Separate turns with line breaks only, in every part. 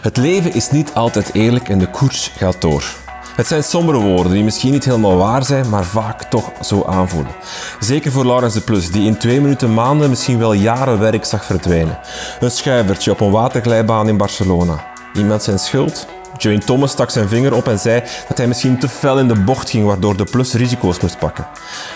Het leven is niet altijd eerlijk en de koers gaat door. Het zijn sombere woorden die misschien niet helemaal waar zijn, maar vaak toch zo aanvoelen. Zeker voor Laurens de Plus, die in twee minuten maanden, misschien wel jaren werk zag verdwijnen. Een schuivertje op een waterglijbaan in Barcelona. Iemand zijn schuld? Joan Thomas stak zijn vinger op en zei dat hij misschien te fel in de bocht ging, waardoor de Plus risico's moest pakken.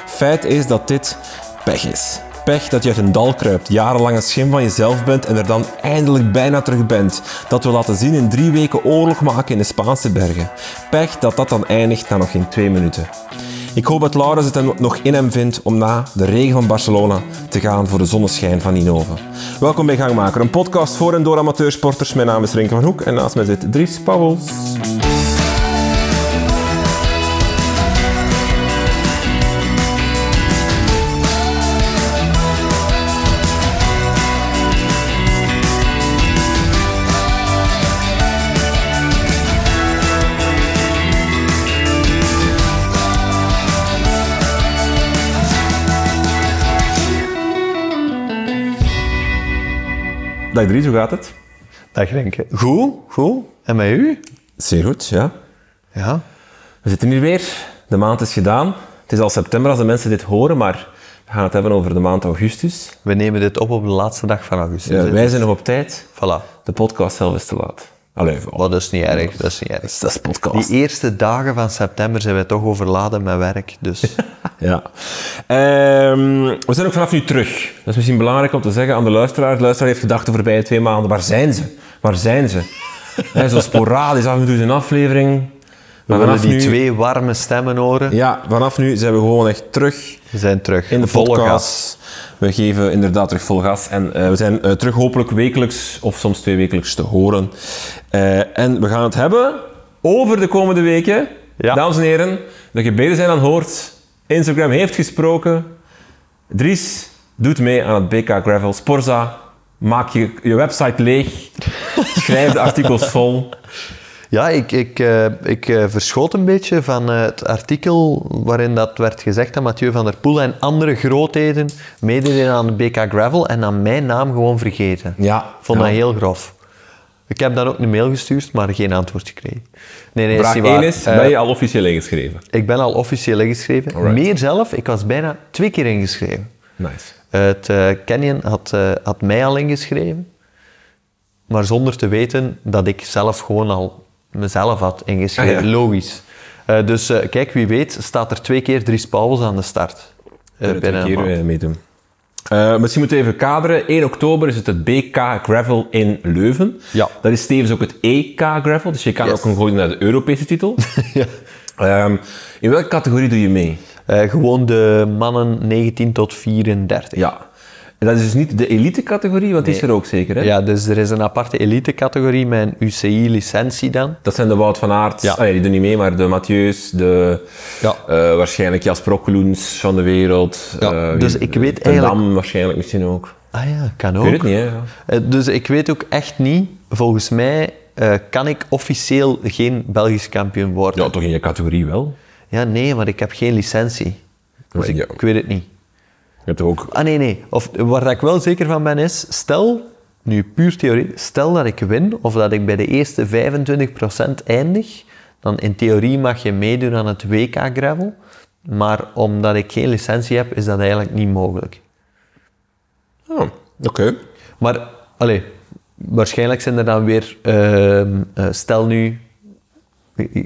Feit is dat dit pech is. Pech dat je uit een dal kruipt, jarenlang een schim van jezelf bent en er dan eindelijk bijna terug bent. Dat we laten zien in drie weken oorlog maken in de Spaanse bergen. Pech dat dat dan eindigt na nog geen twee minuten. Ik hoop dat Laurens het hem nog in hem vindt om na de regen van Barcelona te gaan voor de zonneschijn van Inhoven. Welkom bij Gangmaker, een podcast voor en door amateursporters. Mijn naam is Renke van Hoek en naast mij zit Dries Pauwels. Dag Dries, hoe gaat het?
Dag Renke.
Goed, goed.
En met u?
Zeer goed, ja.
Ja.
We zitten hier weer. De maand is gedaan. Het is al september als de mensen dit horen, maar we gaan het hebben over de maand augustus.
We nemen dit op op de laatste dag van augustus.
Ja,
hè?
wij zijn nog op tijd.
Voilà.
De podcast zelf is te laat. Allee, voilà.
Maar dat is niet erg, dat is niet erg.
dat is podcast.
Die eerste dagen van september zijn wij toch overladen met werk, dus...
Ja. Ehm, we zijn ook vanaf nu terug. Dat is misschien belangrijk om te zeggen aan de luisteraar. De luisteraar heeft gedacht de voorbije twee maanden, waar zijn ze? Waar zijn ze? Hè, zo sporadisch af en toe is een aflevering.
We
Maar
willen
vanaf
die
nu,
twee warme stemmen horen.
Ja, vanaf nu zijn we gewoon echt terug
We zijn terug.
in de
Volle
podcast.
gas.
We geven inderdaad terug vol gas. En eh, we zijn eh, terug hopelijk wekelijks of soms twee wekelijks te horen. Eh, en we gaan het hebben over de komende weken.
Ja.
Dames en heren, de gebeden zijn aan hoort. Instagram heeft gesproken. Dries doet mee aan het BK Gravel. Sporza, maak je, je website leeg. Schrijf de artikels vol.
Ja, ik, ik, eh, ik eh, verschoot een beetje van eh, het artikel waarin dat werd gezegd dat Mathieu van der Poel en andere grootheden meededen aan de BK Gravel en aan mijn naam gewoon vergeten.
Ja,
Vond
ja.
dat heel grof. Ik heb dan ook een mail gestuurd, maar geen antwoord gekregen. Nee, nee,
Vraag
is niet waar.
1 is,
Eh,
ben je al officieel ingeschreven?
Ik ben al officieel ingeschreven.
Alright.
Meer zelf, ik was bijna twee keer ingeschreven.
Nice.
Het eh, Canyon had, eh, had mij al ingeschreven, maar zonder te weten dat ik zelf gewoon al mezelf had ingeschreven.
Ah, ja.
Logisch. Eh, dus eh, kijk, wie weet staat er twee keer Dries Pauwels aan de start. Eh,
Kunnen
binnen
twee
een
keer
maand.
eh, meedoen. Eh, misschien moeten we even kaderen. 1 oktober is het het BK Gravel in Leuven.
Ja.
Dat is tevens ook het EK Gravel, dus je kan
Yes.
ook een gooien naar de Europese titel.
Ja.
Ehm, in welke categorie doe je mee?
Eh, gewoon de mannen 19 tot 34.
Ja. En dat is dus niet de elite categorie, want die is er ook zeker. Hè?
Ja, dus er is een aparte elite-categorie met een UCI-licentie dan.
Dat zijn de Wout van Aert,
Ja.
ah, ja, die doen niet mee, maar de Mathieu's, de,
Ja.
eh, waarschijnlijk Jasper Okkeloens van de wereld.
Ja,
eh,
dus
wie-
ik weet
Ten
eigenlijk-
Dam waarschijnlijk misschien ook.
Ah ja, kan ook.
Ik weet het niet, hè. ja.
Eh, Dus ik weet ook echt niet, volgens mij eh, kan ik officieel geen Belgisch kampioen worden.
Ja, toch in je categorie wel.
Ja, nee, maar ik heb geen licentie. Dus
Maar
ik,
ja.
ik weet het niet.
Je hebt toch ook
Ah nee, nee. Of, waar dat ik wel zeker van ben is, stel, nu puur theorie, stel dat ik win of dat ik bij de eerste 25% eindig, dan in theorie mag je meedoen aan het WK gravel. Maar omdat ik geen licentie heb, is dat eigenlijk niet mogelijk.
Oh, oké.
Maar, allee, waarschijnlijk zijn er dan weer, ehm, eh, stel nu,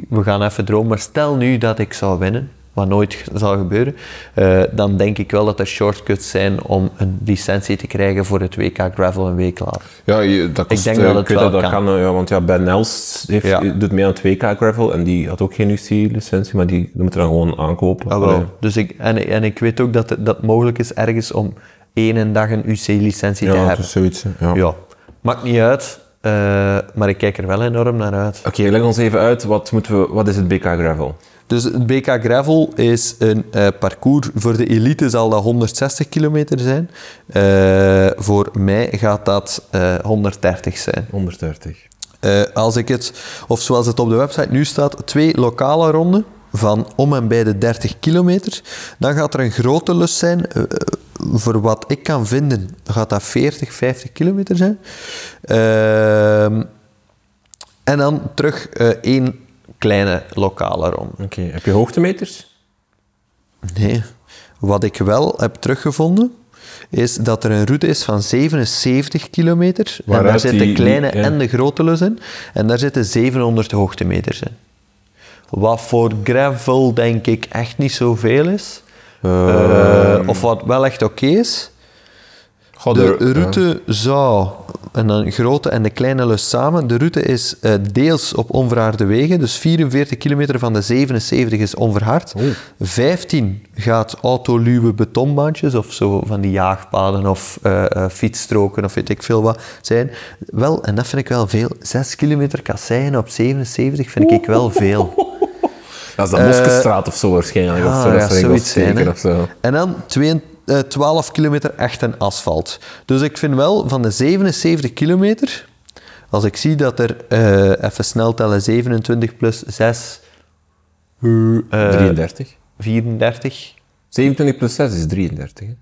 we gaan even dromen, maar stel nu dat ik zou winnen, wat nooit zal gebeuren, eh, dan denk ik wel dat er shortcuts zijn om een licentie te krijgen voor het WK Gravel een week later.
Ja, je- dat kost,
Ik denk
eh,
dat het
weet
wel
dat
kan.
eh, ja, want ja, Ben Nels heeft,
Ja.
doet mee aan het WK Gravel en die had ook geen UC-licentie, maar die, die moet er dan gewoon aankopen.
Ah, wel.
Allee.
Dus ik, en, en ik weet ook dat het dat mogelijk is ergens om één dag een UC-licentie te
Ja, dat
hebben.
is zoiets. hè. Ja.
Ja, maakt niet uit, eh, maar ik kijk er wel enorm naar uit.
Oké, leg ons even uit, wat, moeten we, wat is het BK Gravel?
Dus het BK Gravel is een eh, parcours. Voor de elite zal dat 160 kilometer zijn. Eh, voor mij gaat dat eh, 130 zijn.
130.
Eh, als ik het, of zoals het op de website nu staat, twee lokale ronden van om en bij de 30 kilometer. Dan gaat er een grote lus zijn. eh, eh, voor wat ik kan vinden, gaat dat 40, 50 kilometer zijn. Ehm En dan terug eh, één kleine lokale ronde.
Oké, heb je hoogtemeters?
Nee. Wat ik wel heb teruggevonden, is dat er een route is van 77 kilometer. en daar
Waaruit
zitten de
die-
kleine
die- ja.
en de grote lus in. En daar zitten 700 hoogtemeters in. Wat voor gravel denk ik echt niet zoveel is.
Ehm.
Eh, of wat wel echt oké is.
God,
De eh, route zou, en dan grote en de kleine lus samen, de route is eh, deels op onverharde wegen, dus 44 kilometer van de 77 is onverhard. 15 gaat autoluwe betonbaantjes of zo van die jaagpaden of eh, eh, fietsstroken of weet ik veel wat zijn. Wel, en dat vind ik wel veel, 6 kilometer kasseien op 77 vind ik wel veel.
Dat is de Moskestraat of zo waarschijnlijk. of
Ah,
zo, dat
ja,
is
zoiets zijn,
zeker
hè.
of zo.
En dan twee- eh, 12 kilometer echt een asfalt. Dus ik vind wel van de 77 kilometer, als ik zie dat er, eh, even snel tellen, 27 plus 6, eh,
33.
34.
27 plus 6 is 33. hè.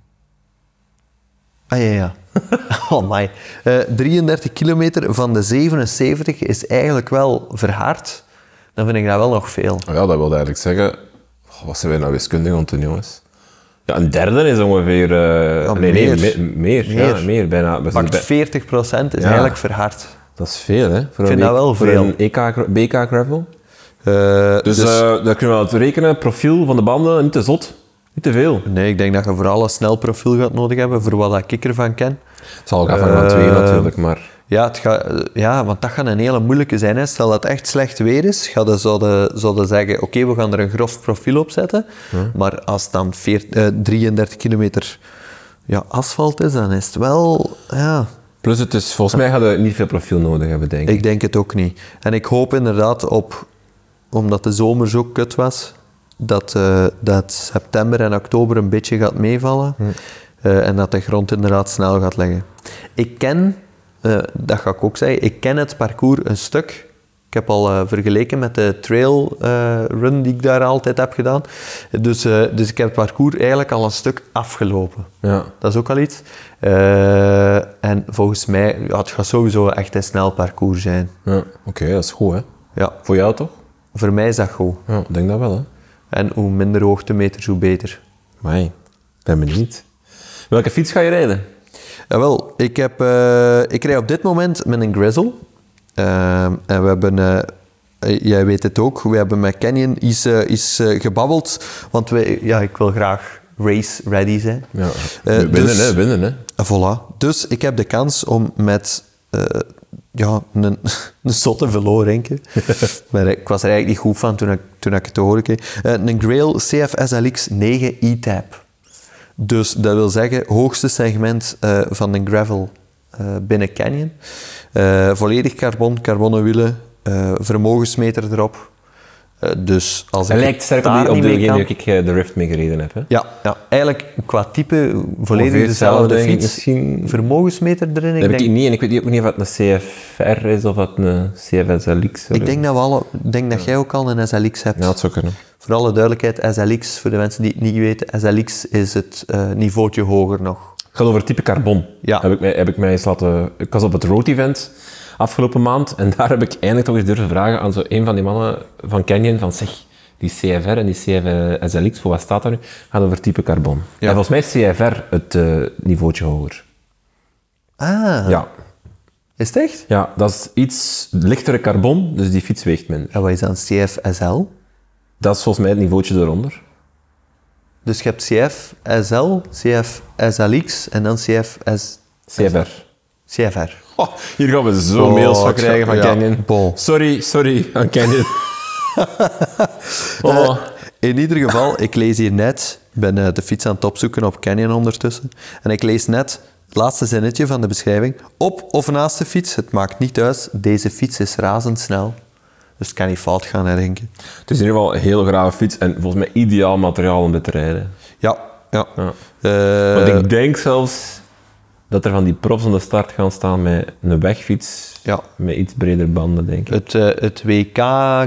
Ah ja, ja. Oh my. Eh, 33 kilometer van de 77 is eigenlijk wel verhard. Dan vind ik dat wel nog veel.
Ja, dat wil eigenlijk zeggen... Goh, wat zijn wij nou wiskundig aan het doen, jongens? Ja, een derde is ongeveer... eh,
Ja,
nee, nee,
meer.
me- meer. Ja,
Meer.
meer bijna. We zijn
Pakt
bij-
40% is
Ja.
eigenlijk verhard.
dat is veel, hè? Voor
vind
een
dat
E-
wel
voor
veel.
een EK, gra- BK gravel.
Eh,
Dus, eh daar kunnen we aan het rekenen. Profiel van de banden, niet te zot. Niet te veel.
Nee, ik denk dat je vooral een snel profiel gaat nodig hebben, voor wat dat ik ervan ken.
Het zal ook afhangen van twee natuurlijk, maar...
Ja, het ga, ja, want dat gaat een hele moeilijke zijn. Hè. Stel dat het echt slecht weer is, ga dan zouden, zouden zeggen, oké, we gaan er een grof profiel op zetten. Maar als het dan veert- eh, 33 kilometer ja, asfalt is, dan is het wel... Ja,
Plus, het is, volgens mij hadden we niet veel profiel nodig hebben, denk ik.
ik denk het ook niet. En ik hoop inderdaad op, omdat de zomer zo kut was, dat, eh, dat september en oktober een beetje gaat meevallen.
Hm.
Eh, en dat de grond inderdaad snel gaat liggen. Ik ken, eh, dat ga ik ook zeggen, ik ken het parcours een stuk. Ik heb al eh, vergeleken met de trail eh, run die ik daar altijd heb gedaan. Dus, eh, dus ik heb het parcours eigenlijk al een stuk afgelopen.
Ja.
Dat is ook al iets. Eh, en volgens mij, ja, het gaat sowieso echt een snel parcours zijn.
Ja, oké, dat is goed, hè?
Ja,
Voor jou toch?
voor mij is dat goed.
Ja, ik denk dat wel, hè?
En hoe minder hoogtemeters, hoe beter.
Maar ik ben benieuwd. Welke fiets ga je rijden?
Jawel, ik, heb, eh, ik rij op dit moment met een Grizzle. Ehm, en we hebben, eh, eh, jij weet het ook, we hebben met Canyon iets, eh, iets eh, gebabbeld. Want wij, ja, ik wil graag race-ready zijn.
Ja,
Eh,
winnen,
dus-
hè? Winnen, hè?
En Voilà. Dus ik heb de kans om met eh, ja, een, een zotte velo rinken. maar ik was er eigenlijk niet goed van toen ik, toen ik het te horen kreeg. Eh, een Grail CFSLX 9 E-Tab. Dus dat wil zeggen, hoogste segment eh, van een gravel eh, binnen Canyon. Eh, volledig carbon, carbonnen wielen, eh, vermogensmeter erop. Eh, dus als ik
Hij
het
lijkt sterk op,
daar
die, op
niet
de
mee
game
kan-
die ik eh, de Rift mee gereden heb, hè?
ja, ja, eigenlijk qua type volledig
Ongeveer hetzelfde,
dezelfde
denk ik.
fiets.
Misschien-
Vermogensmeter erin, ik
Dat
denk,
heb ik
ik,
niet en ik weet ook niet of het een CFR is of dat een CFSLX.
denk dat we alle, ik denk dat jij ook al een SLX hebt.
Ja, dat zou kunnen.
Voor alle duidelijkheid, SLX, voor de mensen die het niet weten, SLX is het eh niveautje hoger nog.
Het gaat over type carbon.
Ja.
Heb ik, mij, heb ik mij eens laten... Ik was op het Road Event afgelopen maand en daar heb ik eindelijk toch eens durven vragen aan zo een van die mannen van Canyon van zeg, die CFR en die CFSLX, voor wat staat daar nu? Gaat over type carbon. En volgens mij is CFR het eh niveautje hoger.
Ah,
Ja.
is het echt?
Ja, dat is iets lichtere carbon, dus die fiets weegt minder.
En wat is dan CFSL?
Dat is volgens mij het niveautje eronder.
Dus je hebt CFSL, CFSLX en dan CFS,
CFR.
CFR.
Oh, hier gaan we zo
Oh,
mails van
ik
krijgen van
zou- ja,
Canyon.
bon.
Sorry, sorry aan Canyon. Eh, oh.
Eh, In ieder geval, ik lees hier net, ik ben eh, de fiets aan het opzoeken op Canyon ondertussen, en ik lees net het laatste zinnetje van de beschrijving. Op of naast de fiets, het maakt niet uit, deze fiets is razendsnel. Dus het kan niet fout gaan, hè, denk ik.
Het is in ieder geval een heel grave fiets en volgens mij ideaal materiaal om dit te rijden.
Ja, ja.
Ja.
Eh,
Want ik denk zelfs dat er van die profs aan de start gaan staan met een wegfiets.
Ja.
Met iets breder banden, denk ik.
het, eh, het WK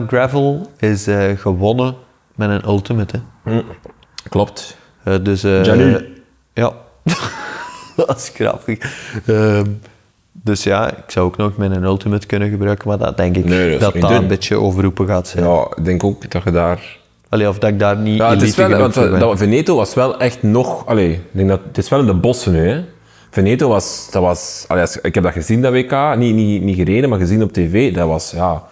Gravel is eh, gewonnen met een ultimate. Hè.
Klopt.
Eh, dus, eh,
Janu.
eh, ja, dat is grappig. Ehm, Dus ja, ik zou ook nog mijn ultimate kunnen gebruiken, maar dat denk ik
Nee, dat is
dat
niet
dat
dun.
een beetje overroepen gaat zijn.
Ja, ik denk ook dat je daar...
Allee, of dat ik daar niet
Ja, het is
elite
wel,
genoeg
want eh,
voor
dat,
ben.
dat Veneto was wel echt nog... Allee, ik denk dat, het is wel in de bossen nu, hè. Veneto was... Dat was allee, als- ik heb dat gezien, dat WK. Niet, niet, niet gereden, maar gezien op tv. Dat was, ja...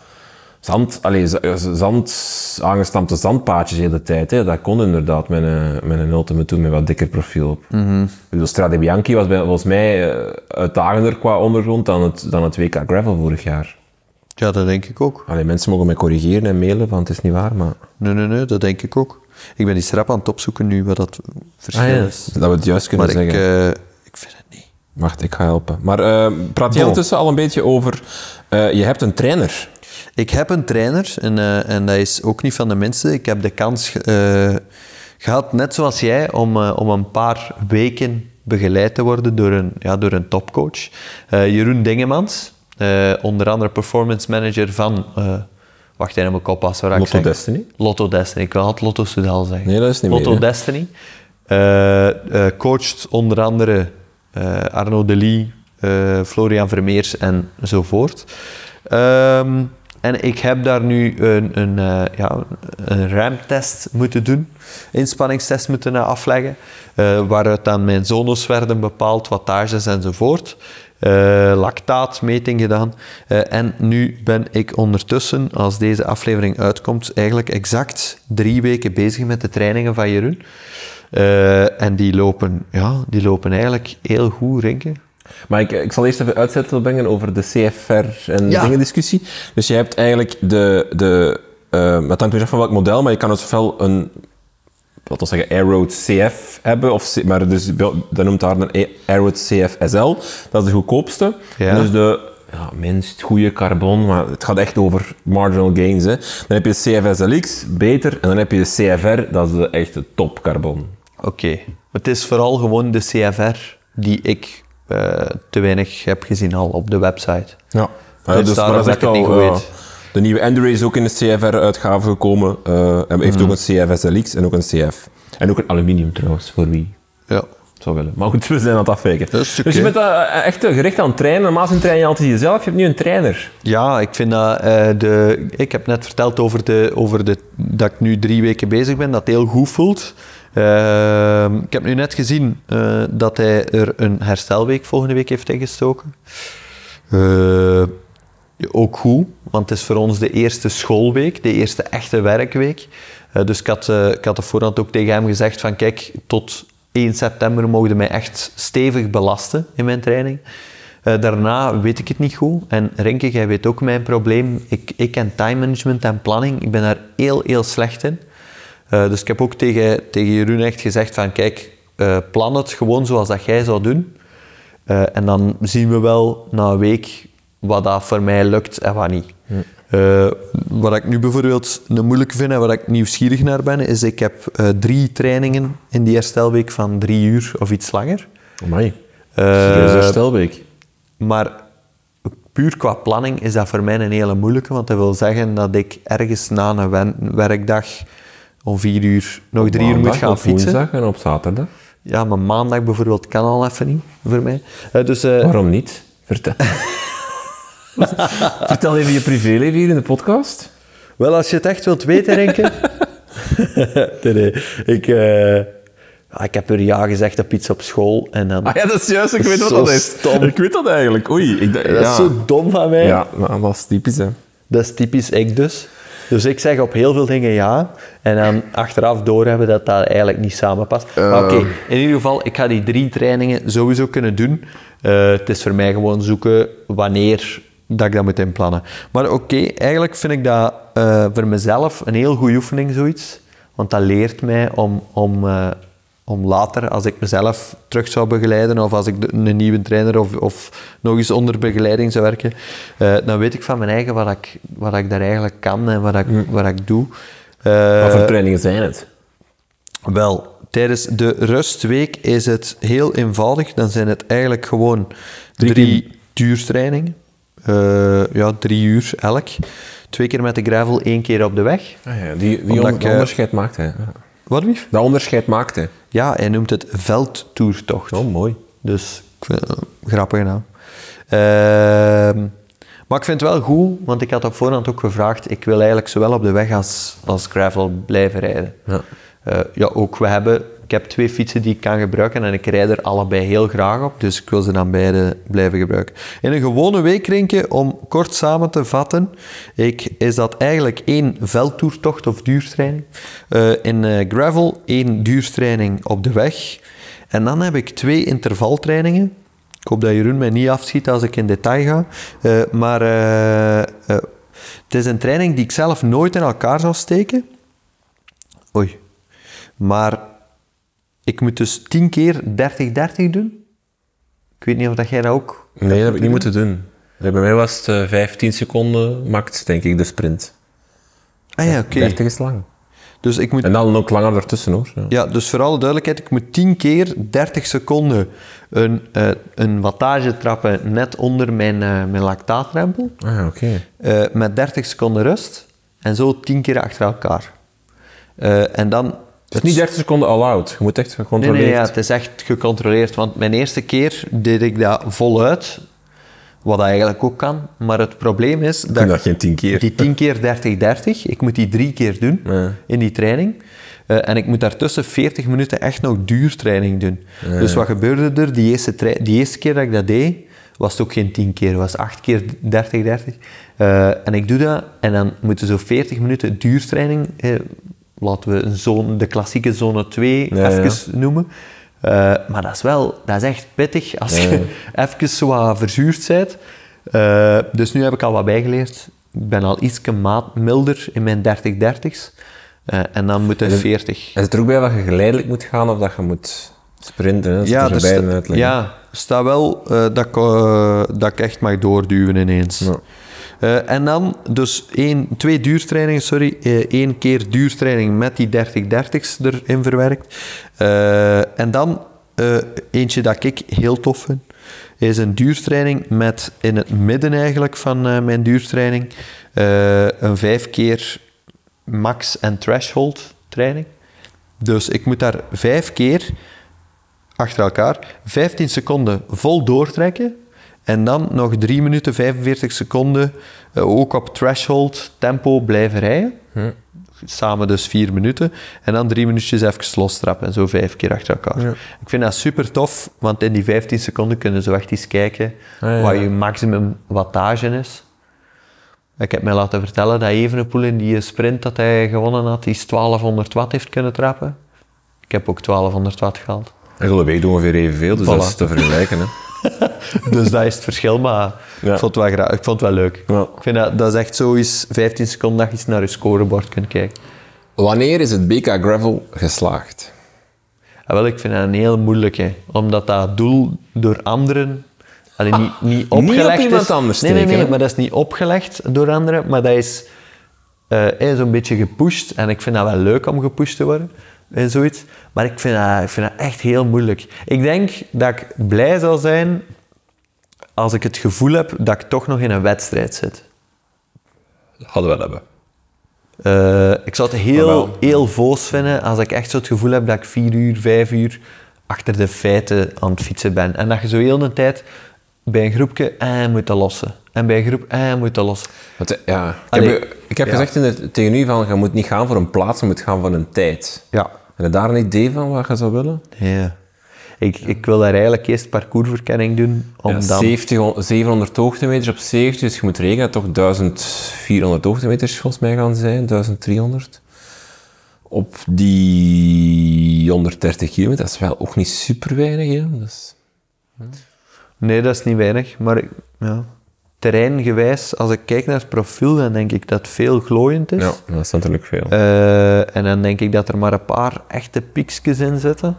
Zand, allee, z- eh, z- zand, aangestampte zandpaadjes de hele tijd. Hè. Dat kon inderdaad met een, met een Ultimate toen met wat dikker profiel op.
Mhm.
Ik bedoel, Strade Bianchi was bij- volgens mij eh, uitdagender qua ondergrond dan het, dan het WK Gravel vorig jaar.
Ja, dat denk ik ook.
Allee, mensen mogen mij corrigeren en mailen, want het is niet waar, maar...
Nee, nee, nee, dat denk ik ook. Ik ben iets rap aan het opzoeken nu wat dat verschil
Ah,
is.
Dat we het juist kunnen
Ah, dus- Maar ik,
zeggen.
eh, ik vind het niet.
Wacht, ik ga helpen. Maar eh, praat jij
Bon.
ondertussen al een beetje over... eh, je hebt een trainer.
Ik heb een trainer en, eh, en dat is ook niet van de minste. Ik heb de kans eh, gehad, net zoals jij, om, eh, om een paar weken begeleid te worden door een, ja, door een topcoach. Eh, Jeroen Dingemans, eh, onder andere performance manager van... eh, wacht even, mijn kop was waar ik
Lotto
zeg.
Destiny?
Lotto Destiny. Ik wil altijd Lotto Soudal zeggen.
Nee, dat is niet
Lotto
meer, hè?
Destiny. Eh, eh, coacht onder andere eh, Arno Delis, eh, Florian Vermeers enzovoort. Ehm en ik heb daar nu een, een, eh, ja, een remtest moeten doen, inspanningstest moeten eh, afleggen, eh, waaruit dan mijn zones werden bepaald, wattages enzovoort. Eh, lactaatmeting gedaan. Eh, en nu ben ik ondertussen, als deze aflevering uitkomt, eigenlijk exact drie weken bezig met de trainingen van Jeroen. Eh, en die lopen, ja, die lopen eigenlijk heel goed, Rinke.
Maar ik, ik zal eerst even uitzetten brengen over de CFR en
Ja.
dingen discussie. Dus je hebt eigenlijk de... de eh, het hangt weer af van welk model, maar je kan dus zowel een... Laten we zeggen, Aeroad CF hebben, of, C- maar dus, wel- dat noemt daar een A- Aeroad CF SL. Dat is de goedkoopste.
Ja.
En dus de ja, minst goede carbon, maar het gaat echt over marginal gains. Hè. Dan heb je de CF SLX, beter. En dan heb je de CFR, dat is de echte top carbon.
Oké. Het is vooral gewoon de CFR die ik eh, te weinig heb gezien al op de website.
Ja.
Dus daarom dat ik het niet goed weet.
de nieuwe Endure is ook in de CFR-uitgave gekomen. eh, en heeft ook een CF SLX en ook een CF. En ook een aluminium trouwens, voor wie
Ja.
het zou willen. Maar goed, we zijn aan het afwijken.
Dat is
Dus je
oké.
bent eh, echt gericht aan trainen. Normaal is een train je altijd jezelf. Je hebt nu een trainer.
Ja, ik vind dat eh, de... Ik heb net verteld over, de, over de, dat ik nu drie weken bezig ben, dat het heel goed voelt. Ehm, ik heb nu net gezien eh, dat hij er een herstelweek volgende week heeft ingestoken. Eh, ook goed, want het is voor ons de eerste schoolweek, de eerste echte werkweek. Eh, dus ik had, eh, ik had op voorhand ook tegen hem gezegd van kijk, tot 1 september mogen mij echt stevig belasten in mijn training. Eh, daarna weet ik het niet goed. En Renke, jij weet ook mijn probleem. Ik, ik ken time management en planning. Ik ben daar heel, heel slecht in. Eh, dus ik heb ook tegen, tegen Jeroen echt gezegd van kijk, eh, plan het gewoon zoals dat jij zou doen. Eh, en dan zien we wel na een week wat dat voor mij lukt en wat niet. Eh, wat ik nu bijvoorbeeld een moeilijke vind en waar ik nieuwsgierig naar ben, is ik heb eh, drie trainingen in die herstelweek van drie uur of iets langer.
Amai.
Eh, Serieuze
herstelweek.
Maar puur qua planning is dat voor mij een hele moeilijke, want dat wil zeggen dat ik ergens na een wen- werkdag om vier uur nog drie uur moet gaan fietsen.
Op woensdag en op zaterdag.
Ja, maar maandag bijvoorbeeld kan al even niet voor mij. Eh, dus eh,
Waarom niet? Vertel. Vertel even je privéleven hier in de podcast.
Wel, als je het echt wilt weten, Renke. nee, nee. Ik, eh, ah, ik heb er ja gezegd op iets op school. En dan,
Ah ja, dat is juist. Ik weet wat
Zo
dat is.
stom.
Ik weet dat eigenlijk. Oei. Ik, dacht-
dat is
ja.
zo dom van mij.
Ja, maar dat is typisch, hè.
Dat is typisch ik dus. Dus ik zeg op heel veel dingen ja. En dan achteraf doorhebben dat dat eigenlijk niet samenpast. Maar oké, in ieder geval, ik ga die drie trainingen sowieso kunnen doen. Eh, het is voor mij gewoon zoeken wanneer dat ik dat moet inplannen. Maar oké, eigenlijk vind ik dat eh, voor mezelf een heel goede oefening, zoiets. Want dat leert mij om, om, eh, om later, als ik mezelf terug zou begeleiden of als ik de- een nieuwe trainer of, of nog eens onder begeleiding zou werken, eh, dan weet ik van mijn eigen wat ik, wat ik daar eigenlijk kan en wat ik, wat ik doe. Eh,
Wat voor trainingen zijn het?
wel, tijdens de rustweek is het heel eenvoudig. Dan zijn het eigenlijk gewoon drie, duurtrainingen. Eh, ja, drie uur elk. Twee keer met de gravel, één keer op de weg.
Ah die
Omdat on- ik, dat eh,
onderscheid maakt hij.
Wat lief?
Dat onderscheid maakt hij.
Ja, hij noemt het veldtoertocht.
Oh, mooi.
Dus ik vind het een eh, grappige naam. Ehm, maar ik vind het wel goed, want ik had op voorhand ook gevraagd, ik wil eigenlijk zowel op de weg als, als gravel blijven rijden.
Ja.
Eh, ja, ook we hebben, ik heb twee fietsen die ik kan gebruiken en ik rijd er allebei heel graag op, dus ik wil ze dan beide blijven gebruiken. In een gewone weekrinkje, om kort samen te vatten, ik, is dat eigenlijk één veldtoertocht of duurtraining. Eh, in eh, gravel één duurtraining op de weg. En dan heb ik twee intervaltrainingen. Ik hoop dat Jeroen mij niet afschiet als ik in detail ga. Eh, maar eh, eh, het is een training die ik zelf nooit in elkaar zou steken. Oei. Maar ik moet dus 10 keer 30-30 doen. Ik weet niet of dat jij dat ook...
Nee, dat heb ik niet moeten doen. Bij mij was het eh, 15 seconden max, denk ik, de sprint.
Ah ja, oké.
30 is lang.
Dus ik moet
En dan ook langer daartussen hoor. Ja.
Ja, dus voor alle duidelijkheid, ik moet 10 keer 30 seconden een, eh, een wattage trappen net onder mijn, eh, mijn lactaatrempel.
Ah, oké.
eh, met 30 seconden rust. En zo 10 keer achter elkaar. Eh, en dan.
Het is niet 30 seconden all-out. Je moet echt
Nee,
gecontroleerd...
nee, ja, het is echt gecontroleerd. Want mijn eerste keer deed ik dat voluit. Wat dat eigenlijk ook kan. Maar het probleem is
Ik
dat
doe dat geen 10 keer.
die 10 keer 30-30, ik moet die drie keer doen
Ja.
in die training. Eh, en ik moet daartussen 40 minuten echt nog duurtraining doen. Dus wat gebeurde er? Die eerste, trei- die eerste keer dat ik dat deed, was het ook geen 10 keer, was 8 keer 30-30. Eh, en ik doe dat en dan moeten zo 40 minuten duurtraining, eh, laten we een zone, de klassieke zone 2
Ja, ja.
even noemen. Eh, maar dat is wel, dat is echt pittig als je even zo wat verzuurd bent. Eh, dus nu heb ik al wat bijgeleerd. Ik ben al iets milder in mijn 30-30's. Eh, en dan moet hij 40.
Er zit er ook bij dat je geleidelijk moet gaan of dat je moet sprinten. Hè? Dat
Ja,
ja,
er
is er
sta-
bij
ja, staat wel eh, dat, ik, eh, dat ik echt mag doorduwen ineens.
Ja.
Eh, en dan dus één, twee duurtrainingen, sorry. eh, één keer duurtraining met die 30-30's erin verwerkt. Eh, en dan eh, eentje dat ik heel tof vind, is een duurtraining met in het midden eigenlijk van eh, mijn duurtraining eh, een vijf keer max- en threshold training. Dus ik moet daar vijf keer achter elkaar 15 seconden vol doortrekken. En dan nog 3 minuten 45 seconden eh, ook op threshold tempo blijven rijden. Samen dus 4 minuten. En dan 3 minuutjes even lostrappen en zo vijf keer achter elkaar. Ik vind dat super tof, want in die 15 seconden kunnen ze echt eens kijken
Ah, ja.
wat je maximum wattage is. Ik heb mij laten vertellen dat Evenepoel in die sprint dat hij gewonnen had, iets 1200 watt heeft kunnen trappen. Ik heb ook 1200 watt gehaald.
En Gulleweeg doen ongeveer evenveel, dus dat
Voilà.
is te vergelijken. Hè?
Dus dat is het verschil, maar
Ja.
ik, vond het wel gra- ik vond het wel leuk.
Ja.
Ik vind dat, dat is echt zoiets, 15 seconden dat je eens naar je scorebord kunt kijken.
Wanneer is het BK Gravel geslaagd?
En Ah, wel, ik vind dat een heel moeilijke, omdat dat doel door anderen... Allee, niet, niet
Ah, op
opgelegd
iemand
is.
anders
Nee, nee,
steken,
nee,
hè?
maar dat is niet opgelegd door anderen, maar dat is eh, eh, zo'n beetje gepusht. En ik vind dat wel leuk om gepusht te worden en zoiets. Maar ik vind, dat, ik vind dat echt heel moeilijk. Ik denk dat ik blij zou zijn als ik het gevoel heb dat ik toch nog in een wedstrijd zit.
Hadden we wel hebben.
Eh, ik zou het heel,
Maar wel-
heel voos vinden als ik echt zo het gevoel heb dat ik vier uur, vijf uur achter de feiten aan het fietsen ben. En dat je zo heel de tijd bij een groepje eh, moet dat lossen. En bij een groep eh, moet dat lossen.
Want, eh, ja. Ik
Allee.
heb, ik heb
Ja.
gezegd in het, tegen u van, je moet niet gaan voor een plaats, je moet gaan voor een tijd.
Ja.
Heb je daar een idee van wat je zou willen?
ja. Ik, ik wil daar eigenlijk eerst parcoursverkenning doen. Om
Ja,
dan,
70, hon- 700 hoogtemeters op 70, dus je moet rekenen dat toch 1400 hoogtemeters volgens mij gaan zijn, 1300. Op die 130 kilometer, dat is wel ook niet super weinig. Hè? Dus, Dat is-
Nee, dat is niet weinig. Maar ik- ja. terreingewijs, als ik kijk naar het profiel, dan denk ik dat het veel glooiend is.
Ja, dat is natuurlijk veel.
Eh, en dan denk ik dat er maar een paar echte piekjes in zitten.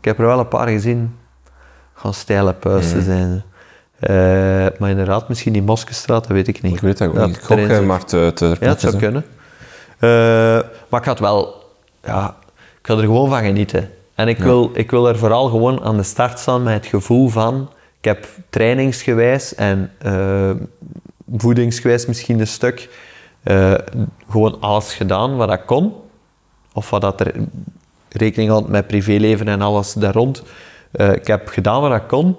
Ik heb er wel een paar gezien. Gewoon steile puisten
Mhm.
zijn ze. Eh, maar inderdaad, misschien die Moskestraat, dat weet ik niet.
ik weet dat ook niet. Ik gok,
erin
eh,
zit.
maar te, te
Ja, het zou kunnen. Eh, maar ik had wel... Ja, ik ga er gewoon van genieten. En ik, wil, ik wil er vooral gewoon aan de start staan met het gevoel van... Ik heb trainingsgewijs en eh, voedingsgewijs misschien een stuk... eh, gewoon alles gedaan wat ik kon. Of wat dat er rekening houdt met privéleven en alles daar rond. Eh, ik heb gedaan wat ik kon.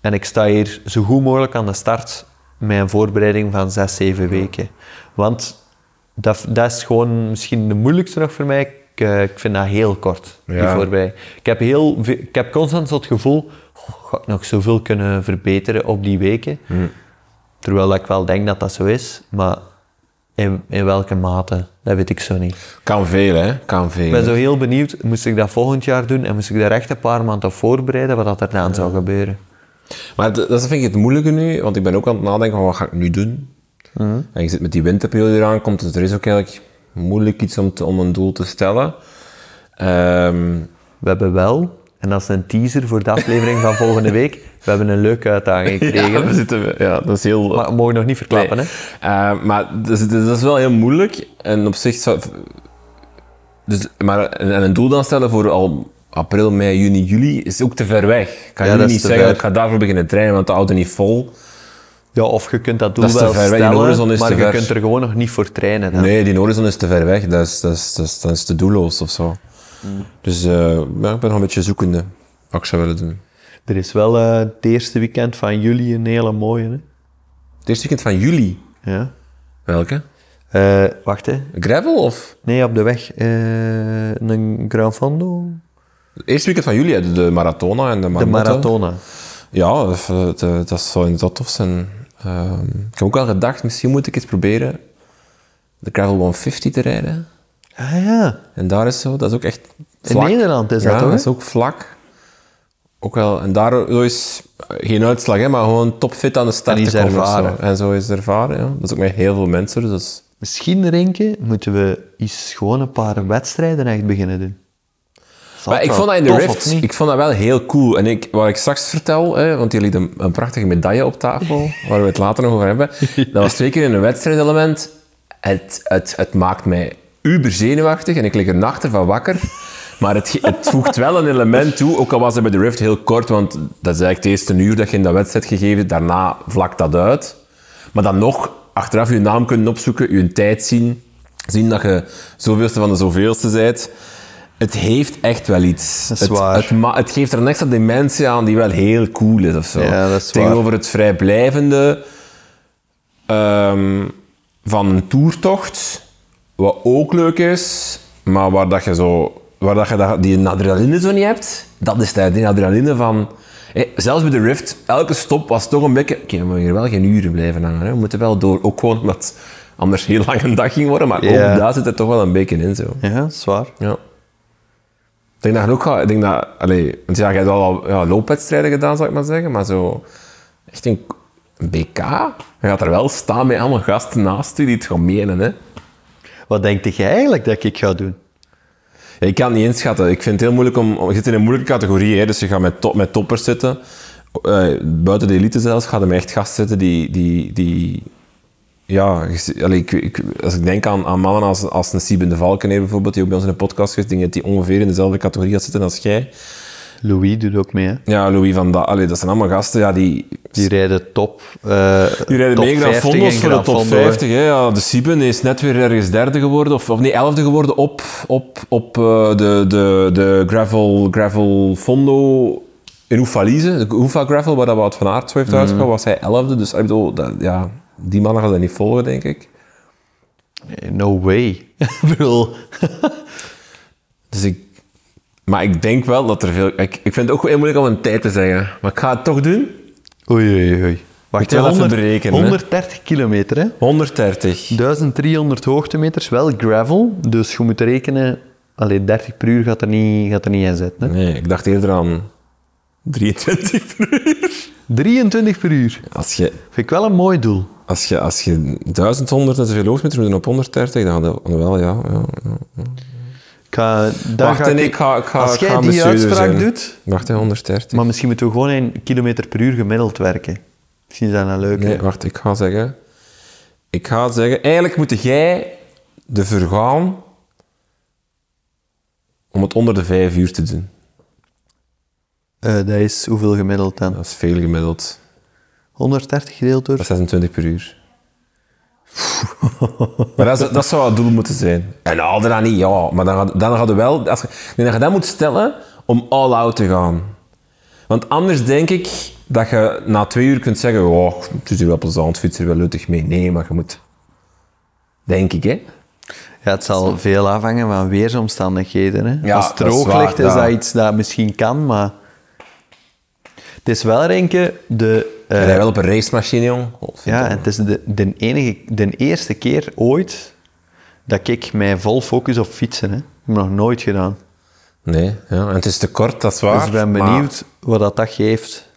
En ik sta hier zo goed mogelijk aan de start met een voorbereiding van 6, 7 weken. Want dat, dat is gewoon misschien de moeilijkste nog voor mij. Ik, eh, ik vind dat heel kort, die
Ja.
voorbij. Ik heb, heel, ve- ik heb constant zo het gevoel, "Goh, ga ik nog zoveel kunnen verbeteren op die weken? Terwijl dat ik wel denk dat dat zo is, maar in, in welke mate, dat weet ik zo niet.
Kan veel, hè? Kan veel.
Ik ben zo heel benieuwd, moest ik dat volgend jaar doen en moest ik daar echt een paar maanden op voorbereiden wat dat er dan zou gebeuren.
Maar d- dat vind ik het moeilijke nu, want ik ben ook aan het nadenken van wat ga ik nu doen. En je zit met die winterperiode die eraan komt, dus er is ook eigenlijk moeilijk iets om, te- om een doel te stellen. Ehm,
We hebben wel, en dat is een teaser voor de aflevering van volgende week, we hebben een leuke uitdaging gekregen.
ja, we zitten, ja, dat is heel...
Maar we mogen nog niet verklappen,
Nee.
hè?
Eh, maar dus, dus dat is wel heel moeilijk. En op zich zou... Dus, maar en en een doel dan stellen voor al april, mei, juni, juli is ook te ver weg. Ik kan
Ja,
nu
dat is
niet
te
zeggen,
ver.
ik ga daarvoor beginnen trainen, want de auto niet vol.
Ja, of je kunt dat doel
Dat is te
wel
ver weg, die
stellen,
horizon is
maar
te
je
ver.
kunt er gewoon nog niet voor trainen. hè.
Nee, die horizon is te ver weg. Dat is, dat is, dat is, dat is te doelloos of zo. Dus eh, ja, ik ben nog een beetje zoekende wat ik zou willen doen.
Er is wel eh, het eerste weekend van juli een hele mooie, hè?
Het eerste weekend van juli.
Ja.
Welke?
Eh, wacht, hè.
Gravel of?
Nee, op de weg eh, een Grand Fondo.
Het eerste weekend van juli, hè, de, de Maratona en de
De
Marmota.
Maratona.
Ja, eh, dat, eh, dat zou inderdaad tof zijn. Ehm, ik heb ook al gedacht, misschien moet ik eens proberen de Gravel 150 te rijden.
Ah ja.
En daar is zo, dat is ook echt
In
vlak.
Nederland is
ja,
dat toch? hè?
is ook vlak. Ook wel, en daar zo is eh, geen uitslag, hè, maar gewoon topfit aan de start
En is
te komen. of zo.
ervaren.
En zo is ervaren, ja. Dat is ook met heel veel mensen, dus dat is-
Misschien, Renke, moeten we eens gewoon een paar wedstrijden echt beginnen doen. Zal
Maar ik
wel
vond dat in de
tof, of
Rift,
niet?
ik vond dat wel heel cool. En ik, wat ik straks vertel, hè, want jullie lieten een prachtige medaille op tafel, waar we het later nog over hebben. Dat was twee keer in een wedstrijdelement. Het, het, het maakt mij uber zenuwachtig en ik lig er nachten van wakker. Maar het, ge- het voegt wel een element toe, ook al was het bij de Rift heel kort, want dat is eigenlijk het eerste uur dat je in dat wedstrijd gegeven, daarna vlakt dat uit. Maar dan nog, achteraf je naam kunnen opzoeken, je tijd zien, zien dat je zoveelste van de zoveelste bent. Het heeft echt wel iets.
Dat is waar.
Het, het, ma- het geeft er een extra dimensie aan die wel heel cool is of zo.
Ja, dat is waar.
Tegenover het vrijblijvende ehm, van een toertocht, wat ook leuk is, maar waar dat je zo, waar dat je dat, die adrenaline zo niet hebt, dat is het, die adrenaline van. hé, zelfs bij de Rift, elke stop was toch een beetje. Oké, we moeten hier wel geen uren blijven hangen. Hè. We moeten wel door. Ook gewoon omdat het anders heel lang een dag ging worden, maar
Ja.
ook daar zit er toch wel een beetje in. Zo.
Ja, zwaar.
Ja. Ik denk dat je ook gaat... Ik denk dat... Allee, want ja, jij hebt al ja, loopwedstrijden gedaan, zou ik maar zeggen. Maar zo... Echt een, een BK? Je gaat er wel staan met allemaal gasten naast je die het gaan menen, hè.
Wat denk jij eigenlijk dat ik ga doen?
Ja, ik kan het niet inschatten. Ik vind het heel moeilijk om... om- Je zit in een moeilijke categorie, hè. Dus je gaat met, top, met toppers zitten. Eh, buiten de elite zelfs gaat er met echt gasten zitten die... die, die ja, je ziet- allee, ik, ik- als ik denk aan, aan mannen als, als een Sieben de Valkeneer bijvoorbeeld, die ook bij ons in de podcast zit, ik denk dat die ongeveer in dezelfde categorie gaat zitten als jij.
Louis doet ook mee, hè?
Ja, Louis van Daal. Allee, dat zijn allemaal gasten ja, die...
Die rijden top. eh
Die rijden
top
mee Gran
50
Fondos
en
voor de
Gran
top
Fondo, hè.
50. Hè. Ja, de Sieben is net weer ergens derde geworden. Of, of nee, elfde geworden op, op, op eh, de, de, de gravel, gravel Fondo in Oefalize. De Oefa Gravel, waar dat Wout van Aert zo heeft uitgehaald, was hij elfde. Dus ik bedoel, dat, ja, die mannen gaan dat niet volgen, denk ik.
Eh, No way. Ik bedoel,
Dus ik... Maar ik denk wel dat er veel... Ik, ik vind het ook heel moeilijk om een tijd te zeggen. Maar ik ga het toch doen.
Oei, oei, oei. Wacht,
wel
hè,
even
100
berekenen, hè.
130 kilometer, hè?
130.
1300 hoogtemeters, wel gravel. Dus je moet rekenen... Allee, 30 per uur gaat er niet, gaat er niet in zitten, hè?
Nee, ik dacht eerder aan 23 per uur.
23 per uur.
Als je,
Vind ik wel een mooi doel.
als je, als je 1100 en zoveel hoogtemeters moet doen op 130, dan hadden we wel, ja. ja.
Ik ga, daar
Wacht,
ga
en ik ga, ik ga,
als
ik
jij
ga
die
ambitieuzer
uitspraak
zijn.
doet...
Wacht, hè, 130.
Maar misschien moeten we gewoon in kilometer per uur gemiddeld werken. Misschien is dat een leuke.
Nee, wacht, ik ga zeggen... Ik ga zeggen... Eigenlijk moet jij de vergaan om het onder de 5 uur te doen.
Eh, dat is hoeveel gemiddeld dan?
Dat is veel gemiddeld.
130 gedeeld door...
Dat is 26 per uur. maar dat, is- dat zou het doel moeten zijn. En al daarna niet, ja. Maar dan, gaat- dan hadden wel... Als je, nee, dat je dat moet stellen om all-out te gaan. Want anders denk ik dat je na twee uur kunt zeggen, oh, het is hier wel plezant, fiets er wel nuttig mee. Nee, maar je moet... Denk ik, hè?
Ja, het zal veel afhangen van weersomstandigheden. Hè?
Ja,
Als het
dat is
droog
waar,
ligt, is
ja.
dat iets dat misschien kan, maar... Het is wel, Renke, de... eh, Oh,
Je rijdt wel op een racemachine, jong. God,
ja, en het is de, de, enige, de eerste keer ooit dat ik mij vol focus op fietsen. Hè? Ik heb nog nooit gedaan.
Nee, ja. en het is te kort, dat is waar.
Dus ik ben
maar-
benieuwd wat dat, dat geeft.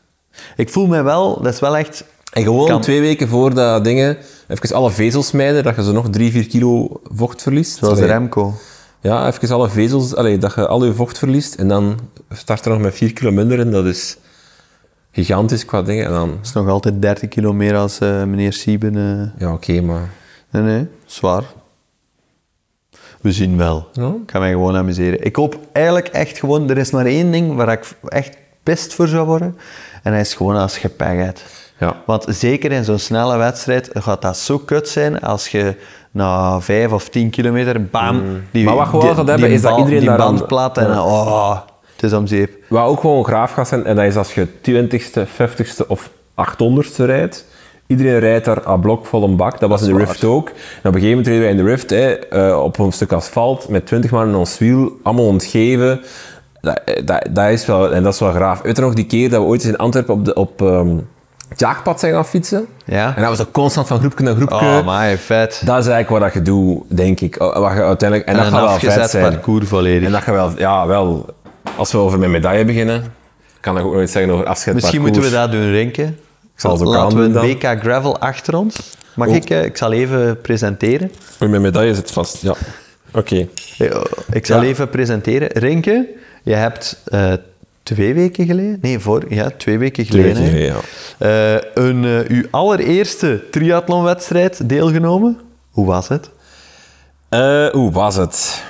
Ik voel mij wel... Dat is wel echt...
En gewoon
Kan.
twee weken voor dat dingen, even alle vezels mijden, dat je zo nog drie, vier kilo vocht verliest.
Zoals
Allee,
Remco.
Ja, even alle vezels, allee, dat je al je vocht verliest en dan start er nog met vier kilo minder in. Dat is gigantisch qua dingen. En dan,
Dat is nog altijd 30 kilo meer als eh, meneer Sieben. eh,
ja, oké, maar...
Nee, nee, zwaar. We zien wel. Ik ga mij gewoon amuseren. Ik hoop eigenlijk echt gewoon... Er is maar één ding waar ik echt pest voor zou worden. En dat is gewoon als je pech hebt.
Ja.
Want zeker in zo'n snelle wedstrijd gaat dat zo kut zijn als je na vijf of tien kilometer, bam... Die,
Mm. Maar wat je wel
die-
gaat hebben,
die
is dat
bal-
iedereen
die
daar aan-
band plat en...
Ja.
Oh, het is om zeep.
Wat ook gewoon graaf gaat zijn, en dat is als je 20ste, 50ste of 800ste rijdt. Iedereen rijdt daar aan blok vol een bak. Dat was in de Rift ook. En op een gegeven moment reden wij in de Rift hè, eh, op een stuk asfalt met 20 man in ons wiel, allemaal ontgeven. Dat, eh, dat, dat is wel, en dat is wel graaf. Weet je nog die keer dat we ooit eens in Antwerpen op, de, op ehm, het jaagpad zijn gaan fietsen?
Ja.
En dat was ook constant van groepje naar groepje.
Oh, maar vet.
Dat is eigenlijk wat dat je doet, denk ik. O- Wat je uiteindelijk, en,
En
dat
een
gaat wel vet
afgezet
zijn.
parcours volledig.
En dat gaat wel, ja, wel. Als we over mijn medaille beginnen, kan ik ook nog iets zeggen over afscheid
Misschien moeten we dat doen, Renke.
zal het ook
Laten we
aandoen
een
dan.
WK Gravel achter ons. Mag
Oh.
ik? eh, Ik zal even presenteren.
dat... Mijn medaille zit vast, ja. Oké.
Eh, Ik zal
Ja.
even presenteren. Renke, je hebt eh, twee weken geleden... Nee, voor, ja, twee weken geleden.
weken
hè,
geleden,
eh, een, eh, uw allereerste triathlonwedstrijd deelgenomen. Hoe was het?
Eh, hoe was het?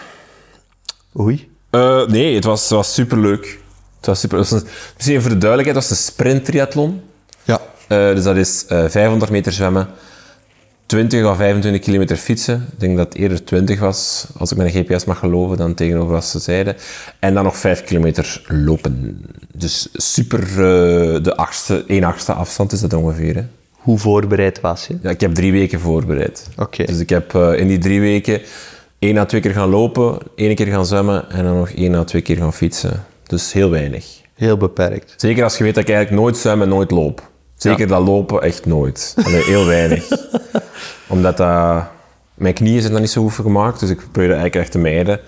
Oei.
Eh, nee, het was, het was superleuk. Het was super, het was een- misschien voor de duidelijkheid, het was een sprinttriathlon.
Ja.
Eh, dus dat is eh, 500 meter zwemmen, 20 of 25 kilometer fietsen. Ik denk dat het eerder 20 was, als ik mijn GPS mag geloven, dan tegenover wat ze zeiden. En dan nog 5 kilometer lopen. Dus super eh, de achtste, 1 achtste afstand is dat ongeveer. Hè?
Hoe voorbereid was je?
Ja, ik heb drie weken voorbereid.
Oké.
Dus ik heb eh, in die drie weken één à twee keer gaan lopen, één keer gaan zwemmen en dan nog één à twee keer gaan fietsen. Dus heel weinig.
Heel beperkt.
Zeker als je weet dat ik eigenlijk nooit zwem en nooit loop. Zeker dat lopen echt nooit. Allee, heel weinig. Omdat dat... mijn knieën zijn daar niet zo goed voor gemaakt, dus ik probeer dat eigenlijk echt te mijden. Ik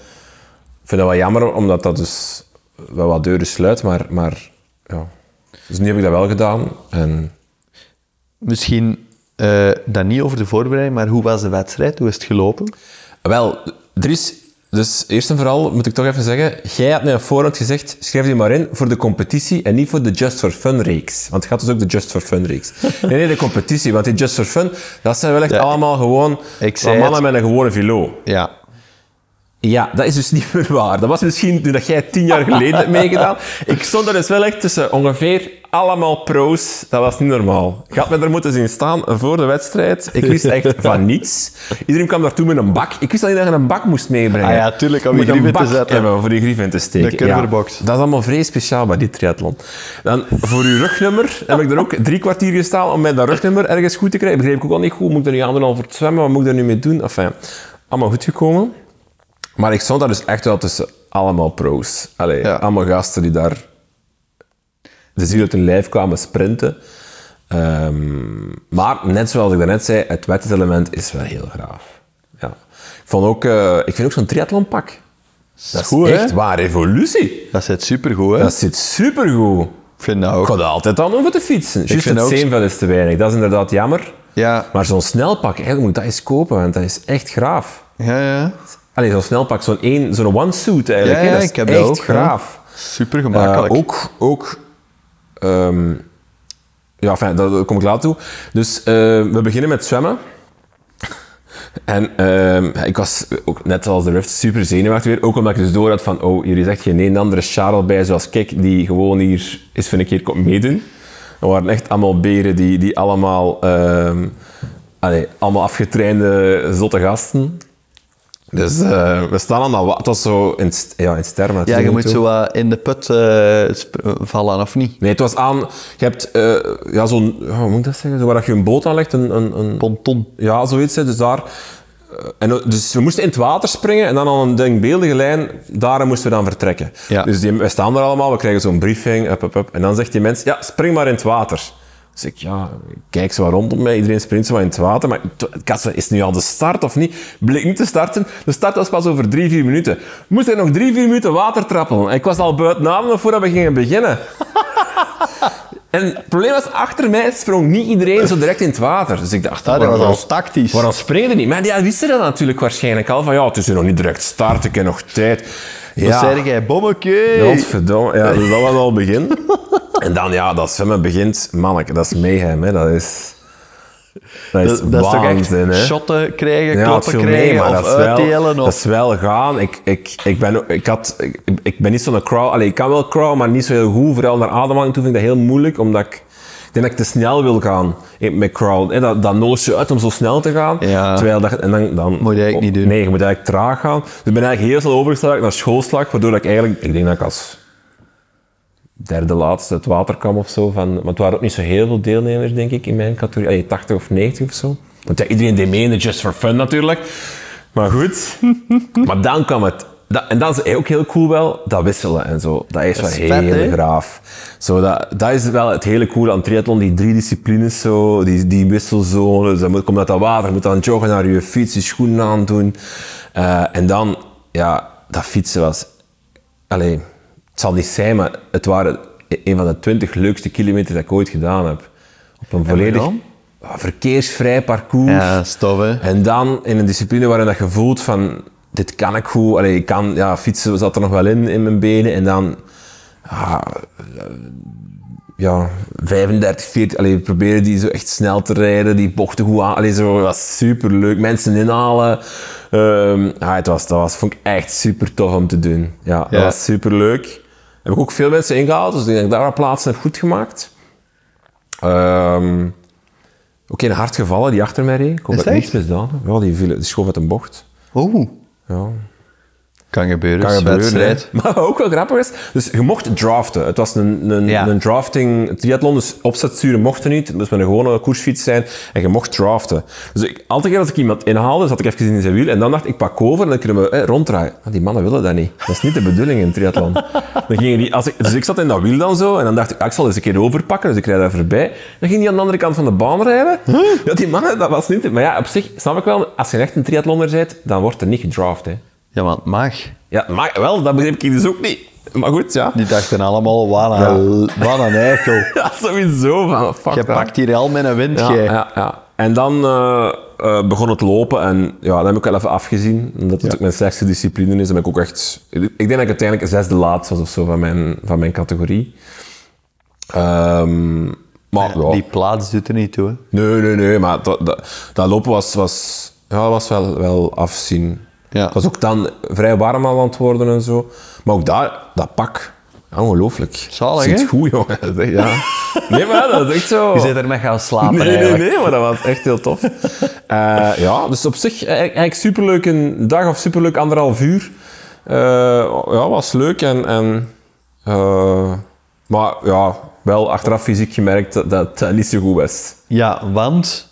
vind dat wel jammer, omdat dat dus wel wat deuren sluit, maar, maar ja. Dus nu heb ik dat wel gedaan. En
Misschien eh dan niet over de voorbereiding, maar hoe was de wedstrijd? Hoe is het gelopen?
Wel, er is... Dus eerst en vooral moet ik toch even zeggen, jij had mij op voorhand gezegd, schrijf die maar in voor de competitie en niet voor de Just for Fun reeks. Want het gaat dus ook de Just for Fun reeks. Nee, nee, de competitie, want die Just for Fun, dat zijn wel echt
Ja.
allemaal gewoon
Ik zei
mannen
het.
met een gewone vilo.
Ja,
Ja, dat is dus niet meer waar. Dat was misschien toen dat jij tien jaar geleden hebt meegedaan. Ik stond er dus wel echt tussen ongeveer allemaal pro's. Dat was niet normaal. Ik had me er moeten zien staan voor de wedstrijd. Ik wist echt van niets. Iedereen kwam daartoe met een bak. Ik wist alleen dat je een bak moest meebrengen.
Ah ja, tuurlijk, om
Je
die
moet een
grieven te
bak
zetten.
hebben voor die grieven te steken.
De curverbox.
Ja, dat is allemaal vrij speciaal bij die triathlon. Dan, voor uw rugnummer heb ik er ook drie kwartier gestaan om mij dat rugnummer ergens goed te krijgen. Begreep ik ook al niet goed. Moet ik er nu aan doen al voor het zwemmen? Wat moet ik er nu mee doen? Enfin, allemaal goed gekomen. Maar ik stond daar dus echt wel tussen allemaal pro's. Allee,
Ja.
allemaal gasten die daar de ziel uit hun lijf kwamen sprinten. Ehm, maar net zoals ik daarnet zei, het wettelement is wel heel graaf. Ja. Ik, vond ook, eh, ik vind ook zo'n triathlonpak. Dat is
goed, hè?
echt waar revolutie.
dat zit supergoed, hè?
Dat zit supergoed.
Ik vind dat ook.
Ik had altijd aan om voor te fietsen. Juist
vind
het
ook-
steenvel is te weinig. Dat is inderdaad jammer.
Ja.
Maar zo'n snelpak, eigenlijk moet ik dat eens kopen, want dat is echt graaf.
Ja, ja.
Allee, zo'n snelpak, zo'n één- zo'n one-suit eigenlijk.
Ja,
hè.
ja,
dat is
ik heb dat
echt
ook, hè.
graaf.
Super
Eh,
gemakkelijk.
ook, ook ehm, ja, enfin, daar daar kom ik later toe. Dus eh, we beginnen met zwemmen. En ehm, ik was ook net als de Rift super zenuwachtig weer. Ook omdat ik dus door had van, oh, hier is echt geen een andere Charles bij zoals ik, die gewoon hier eens voor een keer komt meedoen. Er waren echt allemaal beren die, die allemaal, ehm, allee, allemaal afgetrainde zotte gasten. Dus eh, we staan aan dat water. Dat is zo in, st- ja, in sterren.
Ja, je moet
toe.
zo wat in de put eh, sp- eh, vallen, of niet?
Nee, het was aan... Je hebt eh, ja, zo'n... ja, hoe moet ik dat zeggen? Zo waar dat je een boot aanlegt, een... een, een
Ponton.
ja, zoiets. hè. Dus daar... eh, En, eh, dus we moesten in het water springen en dan aan een denkbeeldige lijn, daar moesten we dan vertrekken.
Ja.
Dus die, we staan daar allemaal, we krijgen zo'n briefing, up, up, up. en dan zegt die mens, ja, spring maar in het water. Dus ik, ja, ik kijk zo wat rondom mij, iedereen springt zo wat in het water, maar t- ik had zo, is het nu al de start of niet? Bleek niet te starten, de start was pas over drie, vier minuten. Moest hij nog drie, vier minuten water trappelen. En ik was al buiten adem voordat we gingen beginnen. En het probleem was, achter mij sprong niet iedereen zo direct in het water. Dus ik dacht,
Ah, dat was
waarom-
al tactisch.
Waarom springen er niet? Maar die wisten dat natuurlijk waarschijnlijk al. Van ja, het is hier nog niet direct start, ik heb nog tijd.
Dan
Ja,
zei jij, bommeke.
godverdomme. Ja, dus dat was al het begin. En dan, ja, dat zwemmen begint. Manneke, dat is mayhem, hè. Dat is... Dat is,
Dat, dat is toch echt
waanzin, hè.
shotten krijgen,
Ja,
kloppen
het viel mee,
krijgen,
maar
of
dat is wel-
uitdelen.
Dat
Of...
is wel gaan. Ik, ik, ik, ben, ook- ik, had, ik, ik ben niet zo'n crawl. Allee, ik kan wel crawl, maar niet zo heel goed. Vooral naar ademhaling toe vind ik dat heel moeilijk, omdat ik, ik denk dat ik te snel wil gaan in- met crawl. Hè, dat, dat nodigt je uit om zo snel te gaan.
Ja.
Terwijl dat, en dan, dan,
Moet je eigenlijk niet doen.
Oh, Nee, je moet eigenlijk traag gaan. Dus ik ben eigenlijk heel snel overgeslagen naar schoolslag, waardoor ik eigenlijk... Ik denk dat ik als derde laatste het water kwam of zo. Van, want er waren ook niet zo heel veel deelnemers, denk ik, in mijn categorie. Allee, 80 of 90 of zo. Want ja, iedereen deed mee in de Just for Fun natuurlijk. Maar goed. maar dan kwam het. Dat, en dat is ook heel cool wel, dat wisselen en zo. Dat is wel
is vet,
heel
hè?
graaf. Zo, dat, dat is wel het hele coole aan triathlon, die drie disciplines zo, die, die wisselzones. Dan moet, komt uit dat water, je moet dan joggen naar je fiets, je schoenen aandoen. Eh, en dan, ja, dat fietsen was Allee, het zal niet zijn, maar het waren e- een van de twintig leukste kilometers dat ik ooit gedaan heb. Op een volledig
dan?
ah, verkeersvrij parcours.
Ja, stof, hè.
En dan in een discipline waarin dat je voelt van, dit kan ik goed. Allee, ik kan, ja, fietsen zat er nog wel in, in mijn benen. En dan, ah, eh, ja, 35, 40, allee, proberen die zo echt snel te rijden, die bochten goed aan. Allee, zo, dat was superleuk. Mensen inhalen. Ehm, ah, het was, dat was, vond ik echt super tof om te doen. Ja, dat
Ja.
was super leuk. Heb ik ook veel mensen ingehaald, dus ik denk dat ik daar wat plaatsen heb goed gemaakt. Ehm, ook een hard gevallen die achter mij reed. Ik hoop
Is
dat ik
het
niets misdaan heb. Ja, die, viel, die schoof uit een bocht.
Oeh.
Ja,
Kan gebeuren,
kan
is
gebeuren.
wedstrijd.
hè. Maar wat ook wel grappig is, dus je mocht draften. Het was een, een,
Ja.
een drafting triathlon, dus opzetsturen mochten niet. Het moest met een gewone koersfiets zijn en je mocht draften. Dus ik, altijd keer als ik iemand inhaalde, zat ik even in zijn wiel en dan dacht ik, pak over en dan kunnen we eh, ronddraaien. Maar die mannen willen dat niet. Dat is niet de bedoeling in triathlon. dan gingen die, als ik, dus ik zat in dat wiel dan zo en dan dacht ik, ah, ik zal eens een keer overpakken, dus ik rijd daar voorbij. Dan ging die aan de andere kant van de baan rijden. Ja, die mannen, dat was niet... Maar ja, op zich snap ik wel, als je echt een triathlonner bent, dan wordt er niet gedraft, hè.
Ja, want het mag.
Ja, maar wel, dat begreep ik dus ook niet. Maar goed, ja.
Die dachten allemaal, wat een, wat een eikel.
Ja, sowieso. Van, fuck
Je
dat.
pakt hier al met een wind,
ja,
jij.
ja, ja. En dan eh, eh, begon het lopen en ja, dat heb ik wel even afgezien. Omdat het ook mijn slechtste discipline is. Dan ben ik ook echt... Ik denk dat ik uiteindelijk zesde laatst was of zo van mijn, van mijn categorie. Ehm, maar ja,
Die plaats doet er niet toe, hè.
Nee, nee, nee, maar dat, dat, dat lopen was, was, ja, was wel, wel afzien.
Ja.
Het was ook dan vrij warm al aan het worden en zo. Maar ook daar, dat pak, ongelooflijk.
Zalig,
Zit
hè?
goed, jongen. Dat is echt, Ja. Nee, maar dat is echt zo...
Je zit ermee gaan slapen,
Oh. Nee, nee,
eigenlijk.
nee, maar dat was echt heel tof. Eh, ja, dus op zich eh, eigenlijk superleuk een dag of superleuk anderhalf uur. Eh, ja, was leuk en... en eh, maar ja, wel achteraf fysiek gemerkt dat dat, dat niet zo goed was.
Ja, want...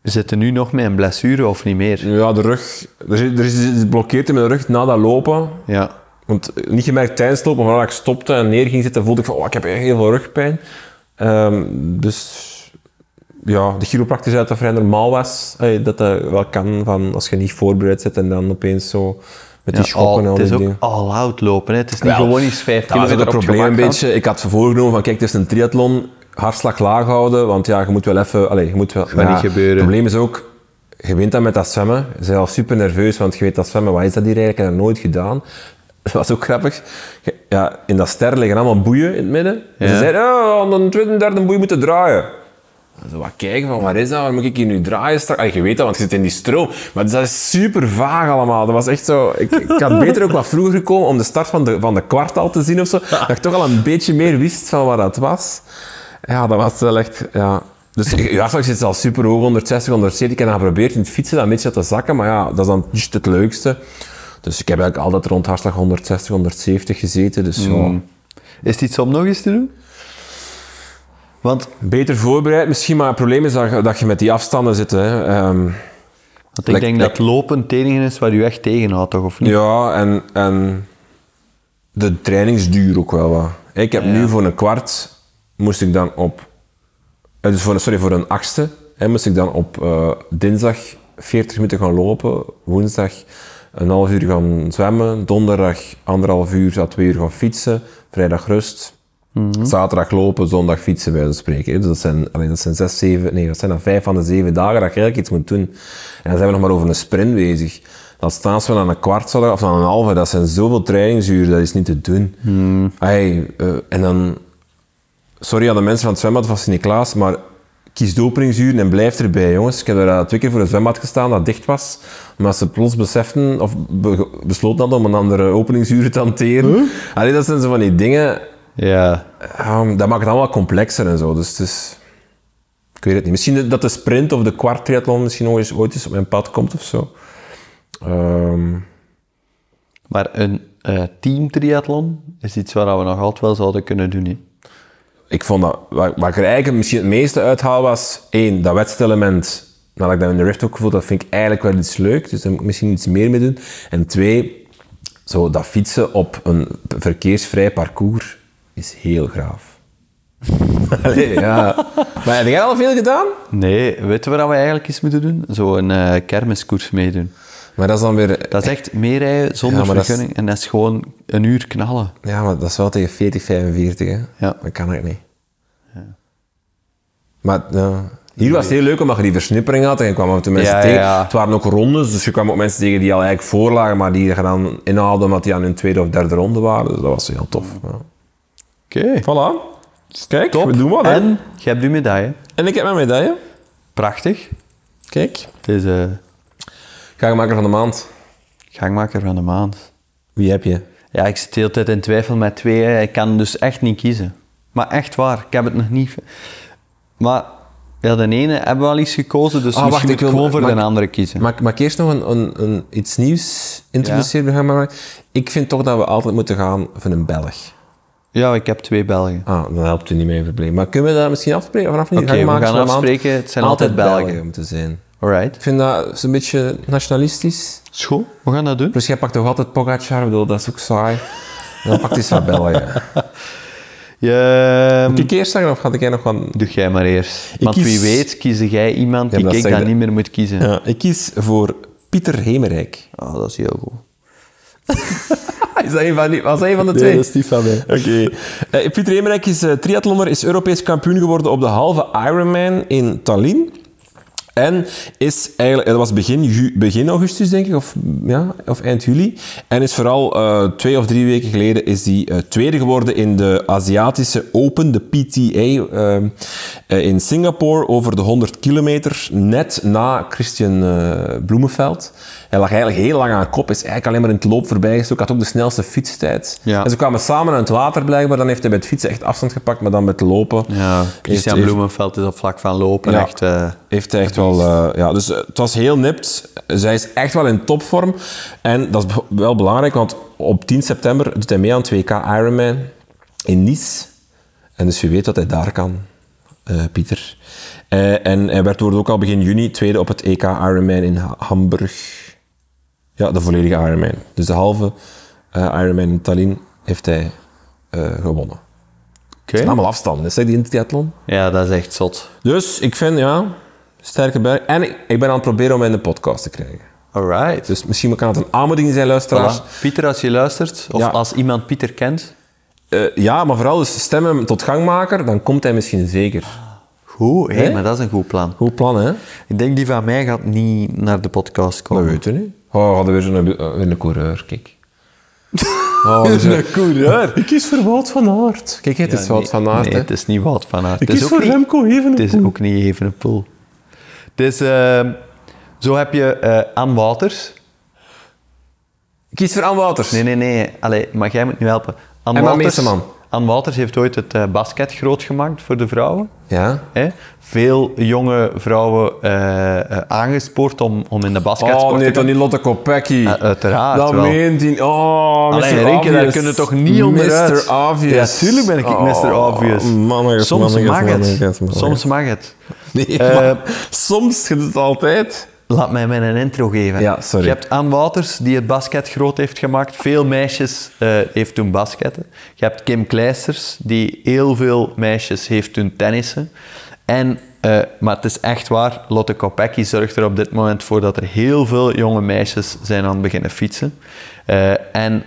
We zitten nu nog met een blessure, of niet meer?
Ja, de rug. Er is, er is iets blokkeerd in mijn rug na dat lopen.
Ja.
Want eh, niet gemerkt tijdens het lopen, maar nadat ik stopte en neer ging zitten, voelde ik van, oh, ik heb echt heel veel rugpijn. Ehm, dus ja, de chiropractor zei dat dat vrij normaal was. Eh, dat dat wel kan, van als je niet voorbereid zit en dan opeens zo met die
Ja,
schokken en
al-
al
Oh, het
die
is
dingen.
ook all-out lopen, hè. Het is niet
Wel,
gewoon eens vijf
Dat was
kilometer
ook
op
het
het
probleem een
gemak gaan.
beetje. Ik had voorgenomen van, kijk, het is een triathlon, hartslag laag houden, want ja, je moet wel even... Allee, je moet wel...
Gaat niet gebeuren.
Het probleem is ook, je wint dat met dat zwemmen. Ze zijn al super nerveus, want je weet dat zwemmen, wat is dat hier eigenlijk? Ik heb dat nooit gedaan. Dat was ook grappig. Je- Ja, in dat ster liggen allemaal boeien in het midden. En ze
Ja.
zeiden, oh, aan de tweede en derde boei moeten draaien. Zo wat kijken van, waar is dat? Waar moet ik hier nu draaien straks? Allee, je weet dat, want je zit in die stroom. Maar dus dat is super vaag allemaal. Dat was echt zo... Ik, ik had beter ook wat vroeger gekomen om de start van de, van de kwart al te zien of zo. Dat ik toch al een beetje meer wist van wat dat was. Ja, dat was wel echt... Ja, Dus je hartslag zit al super hoog, 160, 170. En dan probeert in het fietsen dat een beetje te zakken, maar ja, dat is dan juist het leukste. Dus ik heb eigenlijk altijd rond hartslag 160, 170 gezeten. Dus ja,
Is het iets om nog eens te doen? Want
beter voorbereid misschien, maar het probleem is dat, je- dat je met die afstanden zit. Hè. Ehm,
Want ik
Lek-
denk
lek-
dat lopen het enige is waar u echt tegenhoudt, toch? Of niet?
Ja, en, en de trainingsduur ook wel wat. Ik heb nu voor een kwart, moest ik dan op, eh, dus voor, een- sorry, voor een achtste, hè, moest ik dan op eh, dinsdag 40 minuten gaan lopen, woensdag een half uur gaan zwemmen, donderdag anderhalf uur à twee uur gaan fietsen, vrijdag rust, zaterdag lopen, zondag fietsen bij wijze van spreken. hè. Dus dat zijn, allee, dat zijn zes, zeven, nee, dat zijn dan vijf van de zeven dagen dat je eigenlijk iets moet doen. En dan zijn we nog maar over een sprint bezig. Dan staan ze wel aan een kwart zaterdag of aan een halve. Dat zijn zoveel trainingsuren, dat is niet te doen. Ai, eh, en dan sorry aan de mensen van het zwembad van Sint-Niklaas, maar kies de openingsuren en blijf erbij, jongens. Ik heb er eh, twee keer voor een zwembad gestaan dat dicht was, omdat ze plots beseften of be- besloten hadden om een andere openingsuur te hanteren. Allee, dat zijn zo van die dingen,
Ja.
ehm, dat maakt het allemaal complexer en zo. Dus het is... Ik weet het niet. Misschien dat de sprint of de kwart triathlon misschien nog eens ooit eens op mijn pad komt of zo. Ehm,
Maar een eh team triathlon is iets waar we nog altijd wel zouden kunnen doen. Hè?
ik vond dat, waar, waar ik er eigenlijk misschien het meeste uit haal was, één, dat wedstrijdelement, nadat ik dat in de Rift ook gevoeld, dat vind ik eigenlijk wel iets leuk, dus daar moet ik misschien iets meer mee doen. En twee, zo dat fietsen op een verkeersvrij parcours is heel graaf. Allee, ja. Maar heb jij al veel gedaan?
Nee, weten we wat we eigenlijk eens moeten doen? Zo'n eh kermiskoers meedoen.
Maar dat is dan weer...
Dat is echt meerijden
Ja,
zonder
maar dat is-
vergunning en dat is gewoon een uur knallen.
Ja, maar dat is wel tegen 40, 45, hè?
Ja.
Dat kan ik niet. Maar ja, hier was het heel leuk omdat je die versnippering had en je kwam ook de mensen
Ja,
tegen.
ja, ja.
Het waren ook rondes, dus je kwam ook mensen tegen die al eigenlijk voorlagen, maar die je dan inhaalde omdat die aan hun tweede of derde ronde waren. Dus dat was heel tof. Ja.
Oké,
Voilà. Kijk,
top.
we doen wat. hè.
en je hebt uw medaille.
en ik heb mijn medaille.
Prachtig.
Kijk.
Het is eh,
Gangmaker van de maand.
gangmaker van de maand.
Wie heb je?
Ja, ik zit de hele tijd in twijfel met twee. hè. Ik kan dus echt niet kiezen. Maar echt waar, ik heb het nog niet... Maar ja, de ene hebben we al iets gekozen, dus
Ah,
misschien
wacht,
moet
ik
ik
wil-
gewoon voor
mag
de
ik-
andere kiezen.
Mag, mag ik eerst nog een, een, een, iets nieuws introduceren? bij Gangmaker? Ik vind toch dat we altijd moeten gaan van een Belg.
Ja, ik heb twee Belgen.
Ah, dan helpt u niet mee probleem. Maar kunnen we daar misschien afspreken? Vanaf nu
Oké, we
maken
gaan
ze een maand
afspreken, het zijn altijd Belgen.
moeten zijn.
Alright.
Ik vind dat een beetje nationalistisch.
Schoon, we gaan dat doen.
Plus jij pakt toch altijd Pogacar, Ik bedoel, dat is ook saai. Dan pakt hij eens wat Belgen.
Je...
Moet ik eerst zeggen of ga jij nog van...
Doe jij maar eerst. Want
Ehm, kies-
wie weet kiezen jij iemand
Ja,
die
maar dat
ik
zeg
dan
je-
niet meer moet kiezen.
Ja, ik kies voor Pieter Hemerijk.
Ah, dat is heel goed.
Is dat een van, die, was dat een van de twee?
niet van mij.
Oké. Eh, Pieter Hemerijk is eh, triathlonner, is Europees kampioen geworden op de halve Ironman in Tallinn. En is eigenlijk, dat was begin, ju- begin augustus, denk ik, of, ja, of eind juli. En is vooral eh, twee of drie weken geleden is die, eh, tweede geworden in de Aziatische Open, de PTA, eh, eh, in Singapore over de 100 kilometer, net na Christian eh, Bloemenveld. Hij lag eigenlijk heel lang aan kop, is eigenlijk alleen maar in het loop voorbij gestoken. Had ook de snelste fietstijd.
Ja.
En ze kwamen samen aan het water blijkbaar, dan heeft hij bij het fietsen echt afstand gepakt, maar dan met lopen.
Ja,
heeft-
Christian
heeft-
Bloemenveld is op vlak van lopen.
Ja.
Echt, eh,
heeft hij echt wel. eh, ja, dus eh, het was heel nipt. Zij is echt wel in topvorm. En dat is be- wel belangrijk, want op 10 september doet hij mee aan het 2K Ironman in Nice. En dus je weet wat hij daar kan, eh, Pieter. Eh, en hij werd wordt ook al begin juni tweede op het EK Ironman in Ha- Hamburg. Ja, de volledige Ironman. Dus de halve eh, Ironman in Tallinn heeft hij eh, gewonnen.
oké.
Het zijn allemaal afstanden, is dat die in het triathlon?
Ja, dat is echt zot.
Dus ik vind, ja, sterke berg. En ik, ik ben aan het proberen om hem in de podcast te krijgen.
Alright.
Dus misschien kan het een aanmoediging zijn, luisteraars.
Voilà. Pieter, Dus als je luistert, of
Ja.
als iemand Pieter kent,
Eh, ja, maar vooral dus stem hem tot gangmaker, dan komt hij misschien zeker.
goed, hé,
Hè?
maar dat is een goed plan.
Goed plan, hè?
Ik denk die van mij gaat niet naar de podcast komen.
weten we niet. Oh, we hadden weer zo'n eh, weer een coureur, kijk. Oh, weer zo'n-
coureur.
Ik kies voor Wout van Aert. Kijk, het is Wout van Aert,
Nee,
hè.
het is niet Wout van Aert.
Ik
Het is
kies
ook
voor
niet-
Remco Evenepoel.
Het is ook niet Evenepoel. Het is... ehm, zo heb je eh Ann Wouters.
Ik kies voor Ann Wouters.
Nee, nee, nee. Allee, maar jij moet nu helpen. Ann
Emma
Wouters,
Meeseman.
Anne Waters heeft ooit het eh, basket groot gemaakt voor de vrouwen.
Ja?
Hè? Veel jonge vrouwen eh, eh, aangespoord om, om in de basketsport
Oh nee,
te
toch
gaan.
niet Lotte Kopecky.
Eh, uiteraard
Dat
wel.
meent hij. Oh, Mr.
Allee, Rinke, daar
Obvious.
kunnen we toch niet onderuit.
Mr. Obvious. Oh,
Ja, tuurlijk ben ik Mr. Obvious.
Mannetjes,
Soms
mannetjes,
mag
mannetjes,
het.
mannetjes.
Soms mag het.
Nee,
Eh,
maar soms, je doet het altijd.
Laat mij mijn een intro geven.
Ja, sorry.
Je hebt Anne Wouters, die het basket groot heeft gemaakt. Veel meisjes eh, heeft toen basketten. Je hebt Kim Kleisters, die heel veel meisjes heeft doen tennissen. En, eh, maar het is echt waar, Lotte Kopecky zorgt er op dit moment voor dat er heel veel jonge meisjes zijn aan het beginnen fietsen. Eh, en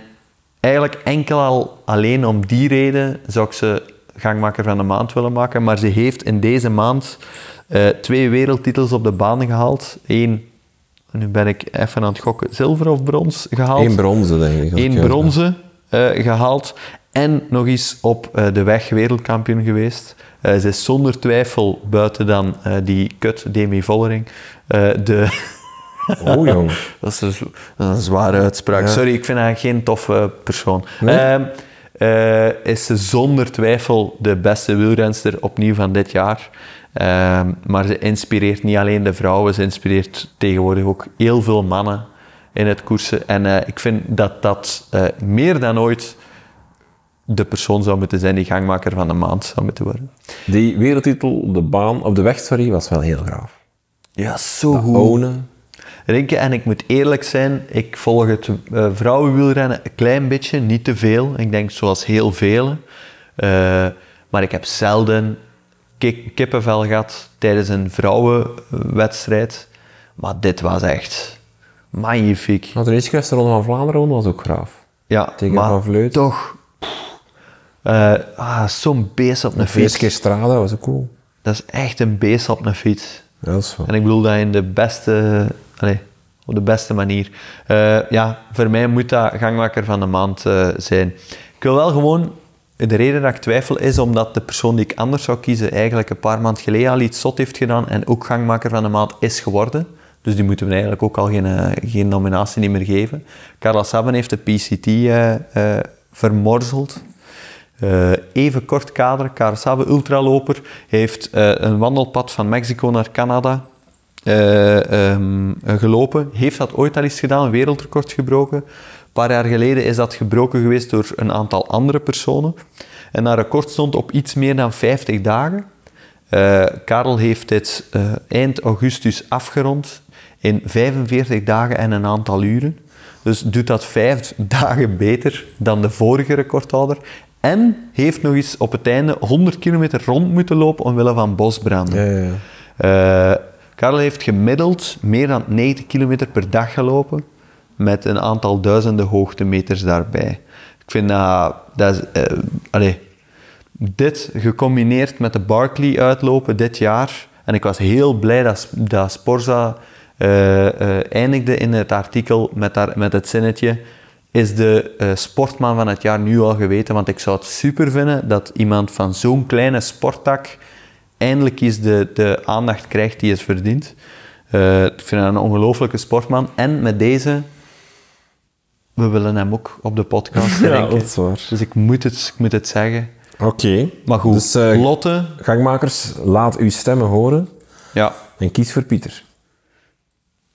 eigenlijk enkel al alleen om die reden zou ik ze gangmaker van de maand willen maken. Maar ze heeft in deze maand eh, twee wereldtitels op de baan gehaald. Eén, nu ben ik even aan het gokken, zilver of brons gehaald.
Eén bronzen, denk ik. als
Eén
ik het
bronzen eh, gehaald. En nog eens op eh, de weg wereldkampioen geweest. Eh, ze is zonder twijfel, buiten dan eh, die kut Demi Vollering, eh, de...
heb. Oh, jong.
Dat is een, z- dat is een zware uitspraak. Sorry, ik vind haar geen toffe persoon. Ehm, eh, is ze zonder twijfel de beste wielrenster opnieuw van dit jaar. Ehm, maar ze inspireert niet alleen de vrouwen, ze inspireert tegenwoordig ook heel veel mannen in het koersen. En eh, ik vind dat dat eh, meer dan ooit de persoon zou moeten zijn die gangmaker van de maand zou moeten worden.
Die wereldtitel op de baan, op de weg, sorry, was wel heel gaaf.
Ja, zo goed.
Onen.
Rinke, en ik moet eerlijk zijn, ik volg het eh, vrouwenwielrennen een klein beetje, niet te veel. Ik denk zoals heel velen. Eh, maar ik heb zelden ki- kippenvel gehad tijdens een vrouwenwedstrijd. Maar dit was echt magnifiek.
Maar Nou, de eerste keer was de Ronde van Vlaanderen ronde was ook gaaf.
Ja,
Tegen
maar
Van Vleuten.
toch. Eh, ah, Zo'n beest op een
De eerste
fiets.
keer Strada was ook cool.
Dat is echt een beest op een fiets.
Ja, dat is wel.
En ik bedoel dat in de beste, allee, op de beste manier. Eh, ja, voor mij moet dat gangmaker van de maand eh, zijn. Ik wil wel gewoon, de reden dat ik twijfel is omdat de persoon die ik anders zou kiezen eigenlijk een paar maanden geleden al iets zot heeft gedaan en ook gangmaker van de maand is geworden. Dus die moeten we eigenlijk ook al geen, eh, geen nominatie niet meer geven. Carla Saban heeft de PCT eh, eh, vermorzeld. Eh, even kort kader, Carasabe ultraloper, heeft eh, een wandelpad van Mexico naar Canada eh, ehm, gelopen. Heeft dat ooit al eens gedaan, een wereldrecord gebroken. Een paar jaar geleden is dat gebroken geweest door een aantal andere personen. En dat record stond op iets meer dan 50 dagen. Eh, Karel heeft dit eh, eind augustus afgerond in 45 dagen en een aantal uren. Dus doet dat vijf dagen beter dan de vorige recordhouder. En heeft nog eens op het einde 100 kilometer rond moeten lopen omwille van bosbranden.
Ja, ja, ja.
Eh, Karel heeft gemiddeld meer dan 90 kilometer per dag gelopen, met een aantal duizenden hoogtemeters daarbij. Ik vind dat... dat is, eh, allee, dit gecombineerd met de Barclay uitlopen dit jaar, en ik was heel blij dat, Sp- dat Sporza eh, eh, eindigde in het artikel met, daar, met het zinnetje is de eh, sportman van het jaar nu al geweten, want ik zou het super vinden dat iemand van zo'n kleine sporttak eindelijk eens de, de aandacht krijgt die het verdient. Eh, ik vind hem een ongelofelijke sportman. En met deze, we willen hem ook op de podcast
Ja,
denken.
dat is waar.
Dus ik moet het, ik moet het zeggen.
Oké.
Maar goed,
Dus, eh,
Lotte,
Gangmakers, laat uw stemmen horen
ja.
en kies voor Pieter.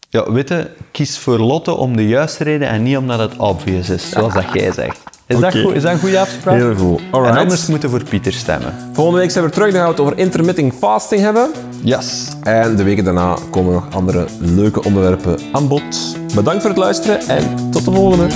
ja, witte, kies voor Lotte om de juiste reden en niet omdat het obvious is, zoals dat jij zegt. Is,
Oké.
dat, goed, is dat een goede afspraak?
Heel goed. Alright.
En anders moeten we voor Pieter stemmen.
Volgende week zijn we terug, dan gaan we het over intermittent fasting hebben.
Yes.
En de weken daarna komen nog andere leuke onderwerpen aan bod. Bedankt voor het luisteren en tot de volgende.